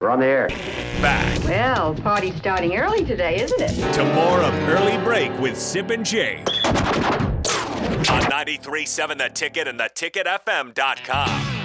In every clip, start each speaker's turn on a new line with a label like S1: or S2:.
S1: We're on the air.
S2: Back
S3: Well, party's starting early today, isn't it?
S2: to more of Early Break with Sip and Jake. On 93.7 The Ticket and theticketfm.com.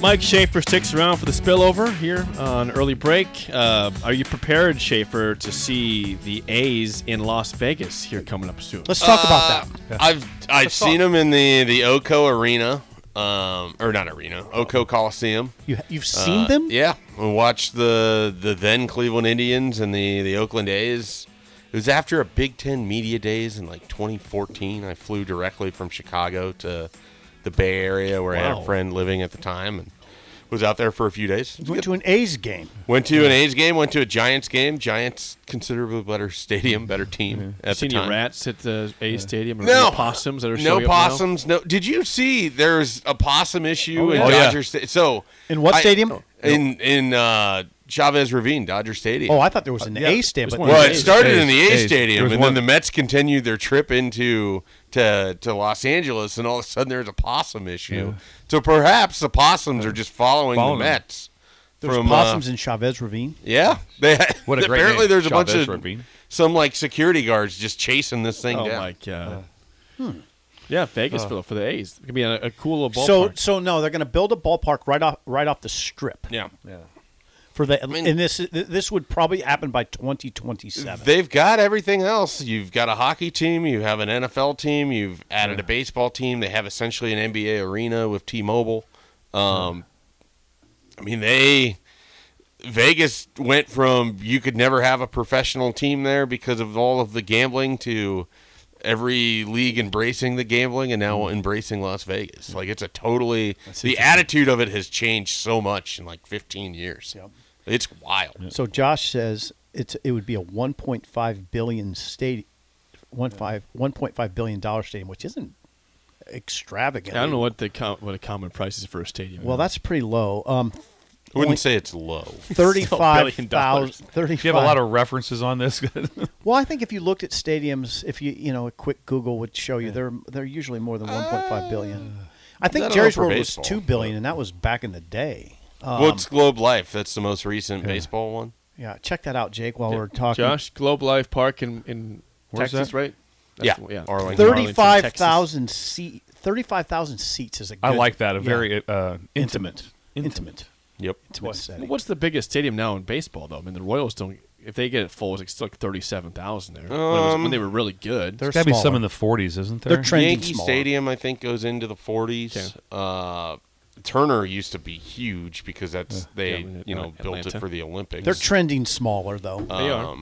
S4: Mike Schaefer sticks around for the spillover here on early break. Uh, are you prepared, Schaefer, to see the A's in Las Vegas here coming up soon?
S5: Let's talk
S6: Uh,
S5: about that.
S6: I've I've seen him in the the Oco Arena, um, or not arena, Oco Coliseum.
S5: You, you've seen
S6: Uh,
S5: them?
S6: Yeah, we watched the the then Cleveland Indians and the the Oakland A's. It was after a Big Ten media days in like 2014. I flew directly from Chicago to the Bay Area where I had
S4: Wow.
S6: a friend living at the time and was out there for a few days.
S5: You went to an A's game.
S6: Went to an A's game, went to a Giants game. Giants considerably better stadium, better team at
S4: seen
S6: the
S4: any
S6: time.
S4: rats at the A's Stadium or
S6: No
S4: any possums that are
S6: no
S4: showing up now?
S6: possums. No, did you see? There's a possum issue
S4: Oh,
S6: in
S4: yeah. Oh,
S6: Dodgers
S4: yeah.
S6: Dodger. Sta- so
S5: In what
S6: I- Oh,
S5: stadium?
S6: in in uh, Chavez Ravine, Dodger Stadium.
S5: Oh, I thought there was an
S4: yeah,
S5: A's stand,
S4: there's
S5: but
S4: one.
S6: well,
S4: A's.
S6: Uh, it started in the
S7: A's.
S6: A's
S7: A's. There
S6: Stadium,
S7: was
S6: and
S7: one.
S6: then the Mets continued their trip into to to Los Angeles, and all of a sudden there's a possum issue. So perhaps the possums are just following,
S7: Following
S6: the
S7: them.
S6: Mets.
S5: there was
S6: from, uh,
S5: possums in Chavez Ravine.
S6: Yeah, they
S7: What a great
S6: apparently
S7: name,
S6: there's a bunch
S7: Chavez
S6: of
S7: Ravine.
S6: some like security guards just chasing this thing
S4: Oh
S6: down.
S4: my god!
S5: Hmm.
S4: Yeah, Vegas
S6: Oh.
S4: for, the- for the A's. It could be a, a cool little
S5: So,
S4: ballpark.
S5: so no, they're going to build a ballpark right off, right off the strip
S6: Yeah.
S5: for the,
S6: mean-
S5: and this, this would probably happen by 2027.
S6: They've got everything else. You've got a hockey team. You have an NFL team. You've added a baseball team. They have essentially an NBA arena with T-Mobile. Um, I mean, they Vegas went from you could never have a professional team there because of all of the gambling to every league embracing the gambling and now embracing Las Vegas. Like it's a totally the attitude of it has changed so much in like 15 years.
S5: Yep.
S6: It's wild.
S5: So Josh says it's it would be a 1.5 billion state, one five 1.5 billion dollar stadium, which isn't
S4: I
S5: extravagant.
S4: don't know what the com- what a common price is for a stadium.
S5: Well, that's pretty low. Um,
S6: I wouldn't say it's low.
S5: thirty-five
S4: billion dollars.
S5: thousand.
S7: Do you have a lot of references on this?
S5: Well, I think if you looked at stadiums, if you you know a quick Google would show you they're they're usually more than
S7: Uh,
S5: 1.5 billion. I
S6: I
S5: think
S6: don't know
S5: Jerry's
S6: for
S5: World
S6: baseball,
S5: was two billion, and that was back in the day.
S6: Well, it's Globe Life. That's the most recent baseball one.
S5: Yeah, check that out, Jake. While we're talking,
S4: Josh Globe Life Park in in
S7: Where's
S4: Texas,
S7: that?
S4: right?
S6: Yeah.
S4: the one- yeah.
S6: Arlington.
S5: thirty-five thousand seat, thirty-five thousand seats is a good,
S7: I like that. A
S5: yeah,
S7: very uh,
S5: intimate,
S7: intimate.
S5: intimate,
S6: Yep.
S5: intimate setting.
S4: What's the biggest stadium now in baseball though? I mean, the Royals don't. If they get it full, it's like still like thirty-seven thousand there. when, it was- when
S6: Um,
S4: they were really good,
S5: They're
S7: There's got to be
S5: smaller.
S7: some in the 40s, isn't there?
S5: They're trending
S6: Yankee
S5: smaller.
S6: Stadium, I think, goes into the 40s.
S4: Okay.
S6: Uh, Turner used to be huge because that's they,
S4: Yeah, we-
S6: you know,
S4: Atlanta.
S6: built it for the Olympics.
S5: They're trending smaller, though.
S7: Uh,
S5: what
S4: They are.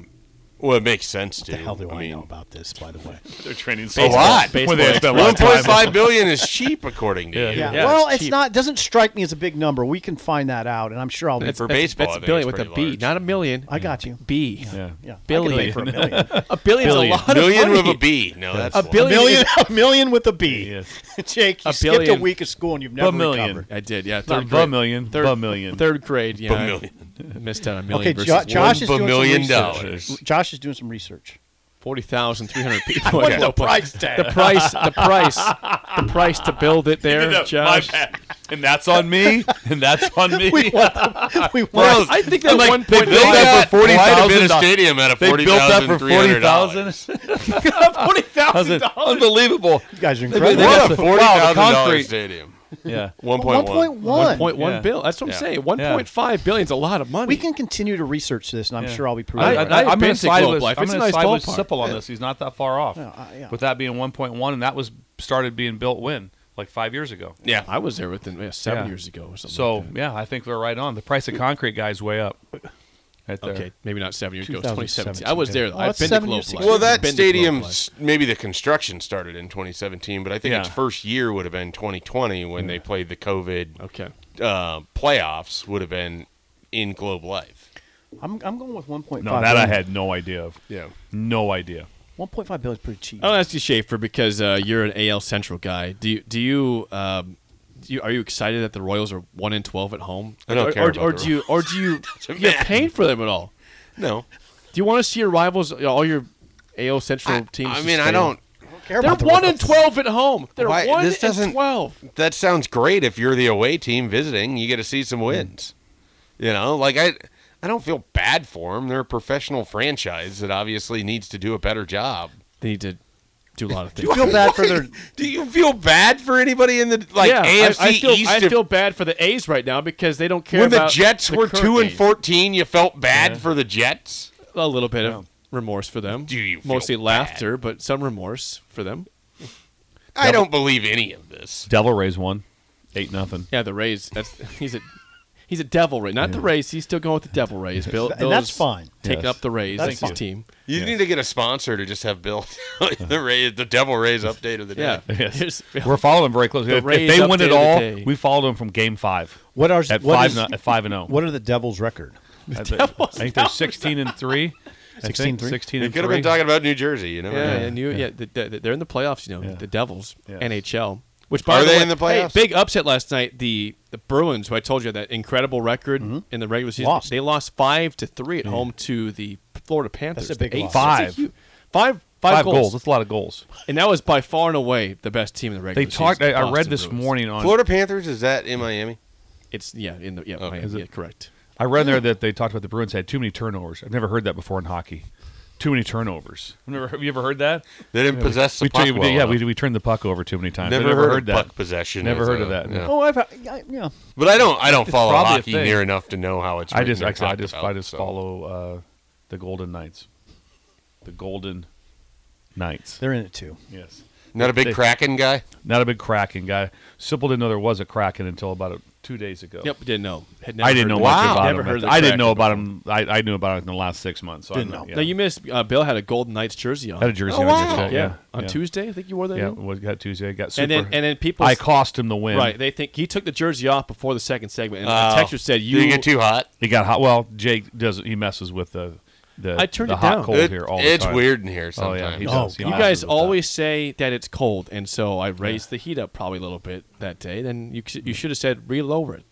S6: well, it makes sense, dude.
S5: the hell do I,
S6: mean,
S5: know about this? By the way,
S7: They're trending
S6: a lot.
S4: Baseball
S7: they spend a lot
S6: One
S7: of time
S6: point five billion is cheap, according to
S7: Yeah.
S6: you.
S7: Yeah.
S4: Yeah,
S5: well,
S4: it's
S5: it's
S4: cheap.
S5: not. Doesn't strike me as a big number. We can find that out, and I'm sure I'll.
S6: For
S4: That's-
S6: baseball,
S4: that's
S6: I
S4: a
S6: think
S4: billion
S6: it's
S4: with a
S6: pretty
S4: B,
S6: large.
S4: not a million.
S5: I got you.
S4: B.
S7: Yeah.
S5: Yeah,
S4: Billion.
S5: I could pay for a million.
S4: A billion's
S7: Billion.
S4: a lot of
S6: Million
S4: money.
S6: with a B. No, that's
S4: A
S6: one.
S4: billion.
S5: million,
S4: is-
S5: a million with a B.
S7: Yes.
S5: Jake, you
S4: A
S5: skipped
S4: billion.
S5: a week of school and you've never
S7: million.
S5: recovered.
S4: I did, yeah.
S7: Not
S4: Third
S7: a
S4: grade.
S7: million.
S4: Third,
S7: a million.
S4: Third grade, yeah.
S6: A
S4: I
S6: million.
S4: missed out on a million
S5: Okay,
S4: versus
S5: Jo- Josh is
S6: One
S5: doing
S6: billion
S5: some
S6: dollars.
S5: research. Josh is doing some research.
S4: forty thousand three hundred people.
S5: What's
S4: Yeah.
S5: the price tag?
S4: The price, the price, the price to build it there,
S7: No, my
S4: Josh.
S7: bad. And that's on me. And that's on me.
S5: we want. The, we want.
S6: Well,
S4: I think that
S7: Like,
S4: one
S7: they
S4: point
S7: built that for
S6: Quite
S7: forty
S6: a bit
S7: thousand.
S6: of stadium at a
S7: They
S6: forty
S7: built that
S6: thousand
S7: for
S6: three
S7: forty
S6: hundred
S7: thousand.
S6: dollars.
S7: forty thousand. Unbelievable.
S5: you guys are
S7: They
S5: incredible.
S6: What
S7: got the-
S6: a forty
S7: wow, the
S6: thousand dollar
S7: concrete.
S6: stadium.
S7: Yeah.
S6: One
S5: One
S6: point
S5: point
S6: one.
S4: one
S5: one.
S4: point one
S7: Yeah.
S4: bill. That's what I'm
S6: Yeah.
S4: saying. One point five billion's a lot of money.
S5: We can continue to research this, and I'm
S7: Yeah.
S5: sure I'll be proven.
S7: I,
S5: right.
S4: I- I've
S7: am
S4: been
S7: going to
S4: to
S7: side
S4: Globe
S7: with,
S4: Life.
S7: I'm
S4: It's a
S7: gonna
S4: nice
S7: side with
S4: ballpark.
S7: Sipple on this. He's not that far off.
S5: No, I- yeah.
S7: With that being 1.1, and that was started being built when? Like five years ago.
S6: Yeah.
S4: I was there with them yeah, seven
S7: Yeah.
S4: years ago or something.
S7: So,
S4: like that.
S7: yeah, I think they're right on. The price of concrete, guys, way up. Right there.
S4: okay, maybe not seven years ago. it's
S5: 2017,
S4: 2017. I was there. Though.
S5: Oh,
S4: I've
S5: that's
S4: been to
S5: seven
S4: Globe
S5: years, six
S4: Life.
S5: years
S6: Well,
S5: I've
S6: that
S4: Been to Globe
S6: stadium,
S4: Life.
S6: maybe the construction started in 2017, but I think its
S7: Yeah.
S6: first year would have been 2020 when they played the COVID
S4: Okay.
S6: uh, playoffs. Would have been in Globe Life.
S5: I'm, I'm going with 1.5.
S7: No, that I
S5: billion.
S7: had no idea of.
S6: Yeah.
S7: No idea.
S5: 1.5 billion is pretty cheap.
S4: I'll ask you, Schaefer, because uh, you're an AL Central guy. Do you, do you, um, do you are you excited that the Royals are one in twelve at home?
S6: I don't
S4: or,
S6: care
S4: or,
S6: about
S4: or
S6: the
S4: do you or do you you're
S6: man.
S4: paying for them at all?
S6: No,
S4: Do you want to see your rivals, uh, all your AO Central teams?
S6: I
S4: to
S6: mean, I
S4: stay?
S6: don't.
S4: They're
S5: Care about the
S4: one and
S5: Royals.
S4: twelve at home. They're
S6: Why-
S4: one
S6: this
S4: and
S6: doesn't-
S4: twelve.
S6: That sounds great if you're the away team visiting. You get to see some
S4: Mm.
S6: wins. You know, like I, I don't feel bad for them. They're a professional franchise that obviously needs to do a better job.
S4: They need to do a lot of things.
S5: Feel bad for their
S6: Do you feel bad for anybody in the like
S4: yeah,
S6: AFC
S4: I, I feel,
S6: East?
S4: I
S6: if-
S4: feel bad for the A's right now because they don't care
S6: when the
S4: about
S6: Jets
S4: the
S6: were
S4: current
S6: two and
S4: A's.
S6: fourteen, you felt bad for the Jets.
S4: A little bit of remorse for them.
S6: Do you feel
S4: mostly
S6: bad?
S4: laughter, but some remorse for them.
S6: I don't believe any of this.
S7: Devil Rays won, eight nothing.
S4: Yeah, the Rays. That's he's a he's a devil Ray, not the Rays. He's still going with the devil Rays. Bill,
S5: and that's
S4: those
S5: fine.
S4: Taking
S7: Yes.
S4: up the Rays,
S5: That's
S4: that's his
S5: fine.
S4: team.
S6: You need to get a sponsor to just have Bill
S7: Uh-huh.
S6: the Rays, the Devil Rays update of the day.
S4: Yeah,
S7: Yes.
S4: Here's-
S7: We're following them very closely.
S4: The
S7: if, if
S4: Rays
S7: they win
S4: update of
S7: it
S4: the
S7: all,
S4: day.
S7: we followed them from Game Five
S5: What are
S7: at
S5: what
S7: five
S5: is-
S7: no- at five and zero.
S5: What are the Devils' record?
S7: I think- I think they're sixteen and three. I think
S5: 16-3?
S7: Sixteen
S6: You
S7: and
S6: could
S7: three.
S6: have been talking about New Jersey. You know,
S4: yeah, and you, yeah, the, the, they're in the playoffs. You know, the Devils,
S7: Yeah.
S4: NHL. Which by
S6: Are
S4: the
S6: they
S4: way-
S6: in the
S4: hey,
S6: playoffs?
S4: big upset last night. The the Bruins, who I told you that incredible record in the regular season,
S5: Lost.
S4: they lost five to three at home to the Florida Panthers.
S5: a big
S4: Eight-
S5: loss.
S4: that's
S7: Five.
S4: a huge- five- five
S7: five goals.
S4: goals.
S7: That's a lot of goals.
S4: and that was by far and away the best team in the
S7: They
S4: regular season.
S7: talked. I, I read
S4: Boston
S7: this
S4: Bruins.
S7: morning on.
S6: Florida Panthers is that in Miami?
S4: It's yeah, in the yeah,
S6: Okay.
S4: Miami,
S7: Is it-
S4: yeah, correct.
S7: I read there that they talked about the Bruins had too many turnovers. I've never heard that before in hockey. Too many turnovers. I've never, have you ever heard that?
S6: They didn't possess the
S7: we
S6: puck
S7: turned-
S6: well
S7: yeah,
S6: enough.
S7: we, we turned the puck over too many times.
S6: Never,
S7: I never
S6: heard,
S7: heard
S6: of
S7: that.
S6: puck possession.
S7: Never
S6: as
S7: heard
S6: a-
S7: of that, no.
S6: yeah.
S5: Oh, I've I, yeah.
S6: But I don't. I don't follow
S7: probably a
S6: hockey
S7: thing.
S6: near enough to know how it's.
S7: I just,
S6: written or
S7: actually, I
S6: talked
S7: just,
S6: about,
S7: I just
S6: so.
S7: follow uh, the Golden Knights. The Golden Knights.
S5: They're in it too.
S7: Yes.
S6: Not a big
S7: They-
S6: Kraken guy.
S7: Not a big Kraken guy. Simple didn't know there was a Kraken until about uh two days ago.
S4: Yep, didn't know. Had never
S7: I didn't
S4: heard
S7: know
S4: of
S7: much
S4: it.
S6: Wow.
S7: about
S4: Never
S7: him.
S4: heard of the
S7: I didn't
S4: Kraken
S7: know about him. I, I knew about it in the last six months. So
S5: Didn't
S7: I
S5: know.
S7: Yeah.
S4: Now you missed. Uh, Bill had a Golden Knights jersey on.
S7: had a jersey
S6: Oh,
S7: on
S6: wow.
S7: yesterday,
S4: yeah. on
S7: yeah.
S4: Tuesday. I think you wore that.
S7: Yeah,
S4: didn't you?
S7: was got Tuesday. Got super.
S4: and then and then people.
S7: I cost him the win.
S4: right. They think he took the jersey off before the second segment, and
S6: Oh.
S4: the texture said,
S6: You,
S4: "You."
S6: you get too hot.
S7: He got hot. Well, Jake does. He messes with the the.
S4: I turned
S7: the
S4: it
S7: hot
S4: down.
S7: cold
S6: It-
S7: here all the
S6: it's
S7: time.
S6: weird in here
S7: Oh
S6: sometimes.
S7: yeah, he
S5: Oh,
S7: does. He
S5: God.
S4: you
S7: messes
S4: guys
S7: with
S4: always say that it's cold, and so I raised the heat up probably a little bit that day. Then you c- you should have said re-lower it.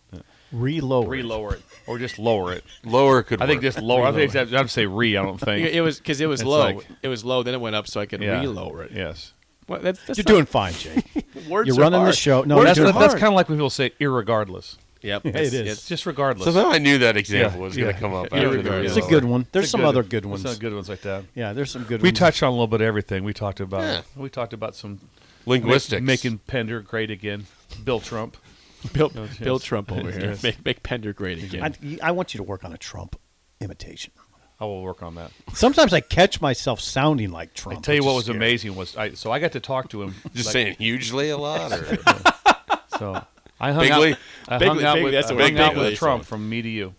S5: Reload.
S7: that. re-lower it or just lower it.
S6: Lower could.
S7: I think
S6: work.
S7: just lower. I think I'd have to say re. I don't think
S4: It, it was because it was
S7: It's
S4: low.
S7: like-
S4: it was low. Then it went up, so I could
S7: Yeah.
S4: re-lower it.
S7: Yes.
S4: Well, that's, that's
S5: You're
S4: not-
S5: doing fine, Jake.
S4: Words
S5: You're
S4: are
S5: running the
S4: hard.
S5: show. No,
S4: Words
S5: you're
S7: That's
S4: are
S5: doing
S7: that, that's
S4: hard.
S7: kind of like when people say irregardless.
S4: Yep,
S5: it
S4: it's-
S5: is.
S4: it's
S7: It's just regardless.
S6: Somehow I knew that example
S7: Yeah,
S6: was going to
S7: yeah.
S6: come up.
S7: Yeah,
S6: after
S4: regardless.
S6: the
S5: It's a
S6: reload.
S5: good one. There's
S7: It's a
S5: some
S7: good-
S5: other good
S7: there's
S5: ones.
S7: some good ones like that. Mm.
S5: Yeah, there's some good
S7: We
S5: ones.
S7: touched on a little bit of everything. We talked about.
S6: Yeah.
S7: We talked about some
S6: Linguistics.
S7: making Pender great again. Bill Trump.
S4: Bill, Bill Trump over here.
S7: Oh, Yes.
S4: Make, make Pender great again.
S5: I, I want you to work on a Trump imitation.
S7: I will work on that.
S5: Sometimes I catch myself sounding like Trump.
S7: I tell you
S5: which
S7: what
S5: is
S7: was
S5: Oh, scary.
S7: amazing was I so I got to talk to him.
S6: Just
S7: like,
S6: saying hugely a lot. Or,
S7: So I hung
S6: Bigly?
S7: out. I hung
S4: Bigly,
S7: out
S4: bigly,
S7: with,
S4: that's
S7: I
S4: a
S7: hung
S4: big
S7: out
S4: bigly.
S7: with Trump from me to you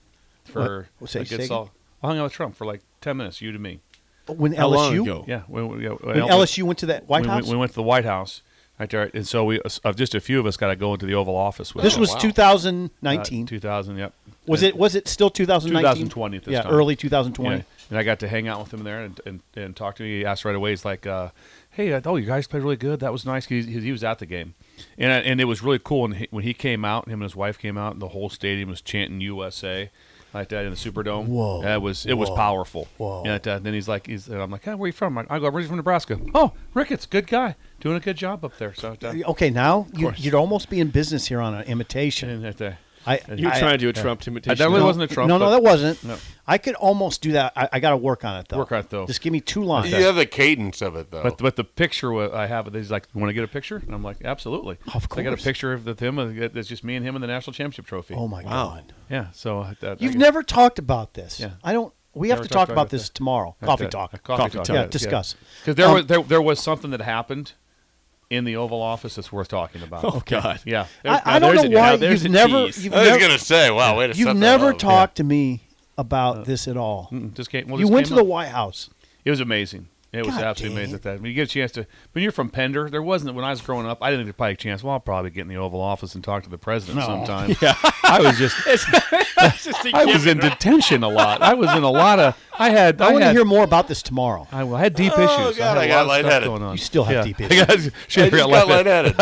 S7: for
S5: What? Say-
S7: a
S5: say
S7: good
S5: again?
S7: sol- I hung out with Trump for like ten minutes. You to me.
S5: When
S4: How long
S5: LSU,
S4: ago?
S7: Yeah. We, we, yeah,
S5: when
S7: we-
S5: LSU went to that White
S7: we,
S5: House.
S7: We, we went to the White House right there, and so we uh, just a few of us got to go into the Oval Office. With
S5: this
S7: him.
S5: was
S6: wow.
S5: 2019.
S7: Uh, 2000. Yep.
S5: was it? Was it still 2019?
S7: 2020 at this
S5: yeah,
S7: time.
S5: early
S7: Yeah,
S5: 2020.
S7: And I got to hang out with him there and, and, and talk to him. He asked right away. He's like, uh, "Hey, I- oh, you guys played really good. That was nice." 'Cause He, he was at the game, and I, and it was really cool. And he, when he came out, him and his wife came out, and the whole stadium was chanting USA like that in the Superdome.
S5: Whoa,
S7: that was it was
S5: whoa,
S7: powerful.
S5: whoa.
S7: Yeah, that- then he's like, he's, and I'm like, "Hey, where you from?" I go, "I'm originally from Nebraska." Oh, Ricketts, good guy, doing a good job up there. So uh, that,
S5: Okay, now you,
S4: course.
S5: you'd almost be in business here on an imitation.
S7: and that, uh,
S5: I,
S4: You're
S5: I-
S4: trying to do a Trump imitation.
S7: definitely
S5: no,
S7: wasn't a Trump,
S5: No, no,
S7: but-
S5: that wasn't.
S7: No.
S5: I could almost do that. I, I got to work on it though.
S7: Work on it, though.
S5: Just give me two lines.
S6: you have the cadence of it though.
S5: Oh.
S7: But but the picture wa- I have, he's like, "Want to get a picture?" And I'm like, "Absolutely."
S5: Of
S7: So I got a
S5: course.
S7: picture of the- him. uh, That's just me and him in the national championship trophy.
S5: Oh my
S4: Wow.
S5: god!
S7: Yeah. So I- that,
S5: You've
S7: I-
S5: never talked about this.
S7: Yeah.
S5: I don't. We
S7: Never
S5: have to talk
S7: talked about
S5: about
S7: it.
S5: this tomorrow.
S7: that-
S5: Coffee
S7: that-
S5: talk.
S7: Coffee,
S4: Coffee
S7: talk.
S4: talk.
S5: Yeah, discuss.
S7: Because there
S5: Um,
S7: was there, there was something that happened in the Oval Office that's worth talking about.
S4: Oh God.
S7: Yeah.
S5: I,
S4: now
S5: I don't
S4: there's
S5: know
S4: a- now
S5: why
S4: there's
S5: you've
S4: a
S5: never
S4: tease.
S5: you've
S6: I was
S5: never,
S6: going to say, wow, wait a
S5: you've
S6: oh, set that
S7: Oh,
S5: never
S6: up.
S5: talked to me about this at all.
S7: Just came. Uh, Well,
S5: you
S7: this
S5: went to
S7: came
S5: the
S7: up.
S5: White House.
S7: It was amazing. It was
S5: God
S7: absolutely
S5: dang.
S7: amazing at that. When you get a chance to, when you're from Pender, there wasn't when I was growing up. I didn't get probably a chance. Well, I'll probably get in the Oval Office and talk to the president sometime. Yeah, I was just, I was in detention a lot. I was in a lot of. I had.
S5: I,
S7: I,
S5: want to
S7: had,
S5: hear more about this tomorrow.
S7: I I had deep issues.
S6: Oh, God, I
S7: I, had a
S6: got
S7: lot of stuff
S6: lightheaded.
S7: Going on.
S5: You still have deep
S7: I got, shit, I
S6: I just
S7: got
S6: got lightheaded.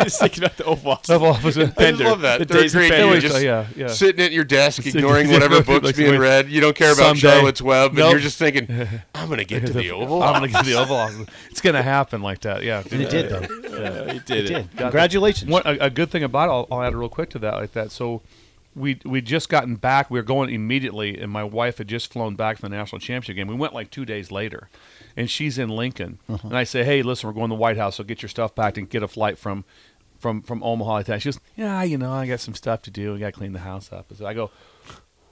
S6: I
S4: Just thinking about the Oval Office.
S7: Oval Office in
S6: just
S7: Pender.
S6: love that.
S4: The
S6: Third
S4: days of
S6: grade,
S4: Pender.
S6: you're
S7: Yeah,
S6: just
S7: yeah, yeah.
S6: sitting at your desk, ignoring whatever
S7: Like,
S6: book's being
S7: wait.
S6: read. You don't care about
S7: Someday.
S6: Charlotte's Web, and
S7: Nope.
S6: you're just thinking, "I'm going to get to the Oval."
S7: I'm
S6: Office."
S7: gonna get to the Oval Office. It's gonna happen like that. Yeah.
S5: And it did, though.
S4: He did
S5: It
S4: it.
S5: did. Congratulations.
S7: One, a, a good thing about it, I'll, I'll add real quick to that, like that. So, we we just gotten back. We were going immediately, and my wife had just flown back from the national championship game. We went like two days later, and she's in Lincoln, and I say, "Hey, listen, we're going to the White House, so get your stuff packed and get a flight from." From, from Omaha, like that. she goes, yeah, you know, I got some stuff to do. I got to clean the house up. So I go,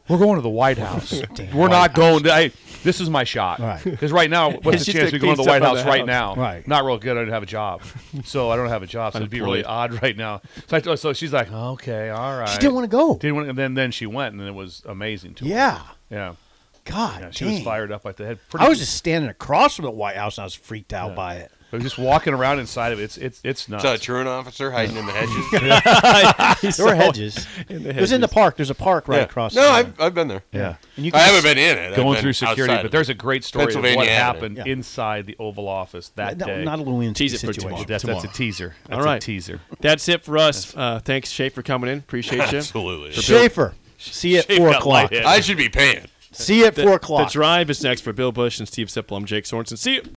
S7: we're going to the White House.
S5: Damn
S7: we're
S5: White
S7: not going. To, I, this is my shot.
S5: Right.
S7: Because right now, what's the
S4: She
S7: chance
S4: took
S7: we go to the
S4: these up
S7: White
S4: on
S7: House
S4: the
S7: right
S4: house.
S7: now?
S5: Right.
S7: Not real good. I don't have a job, so I don't have a job. So it'd be really odd right now. So, I, so she's like, okay, all right.
S5: She didn't want to go.
S7: Didn't want. And then then she went, and it was amazing to her.
S5: Yeah.
S7: Yeah.
S5: God,
S7: Yeah, she
S5: dang.
S7: was fired up like that.
S5: I was just standing across from the White House and I was freaked out by it.
S7: just walking around inside of it. It's it's it's nuts.
S6: It's a truant officer hiding in the hedges.
S5: There were hedges. It was in the park. There's a park right
S6: Yeah.
S5: across.
S6: No,
S5: there.
S6: I've, I've been there.
S7: Yeah.
S5: And you
S6: I
S5: can
S6: haven't
S5: just-
S6: been in it. I've
S7: Going
S6: been
S7: through security,
S6: outside
S7: but
S6: of it.
S7: there's a great story of what
S6: Pennsylvania Avenue.
S7: happened
S5: Yeah.
S7: inside the Oval Office that
S5: no,
S7: day.
S5: not a Lewinsky
S4: Tease it for
S5: situation.
S4: tomorrow.
S7: that's, that's a teaser. That's
S4: All right.
S7: a teaser.
S4: That's it for us. Uh, thanks, Shay, for coming in. Appreciate you.
S6: Absolutely.
S5: Schaefer, see you at four
S4: got
S5: o'clock.
S4: lightheaded.
S6: I should be paying.
S5: See you at
S4: The-
S5: four o'clock.
S4: The drive is next for Bill Bush and Steve Sipple. I'm Jake Sorensen. See you.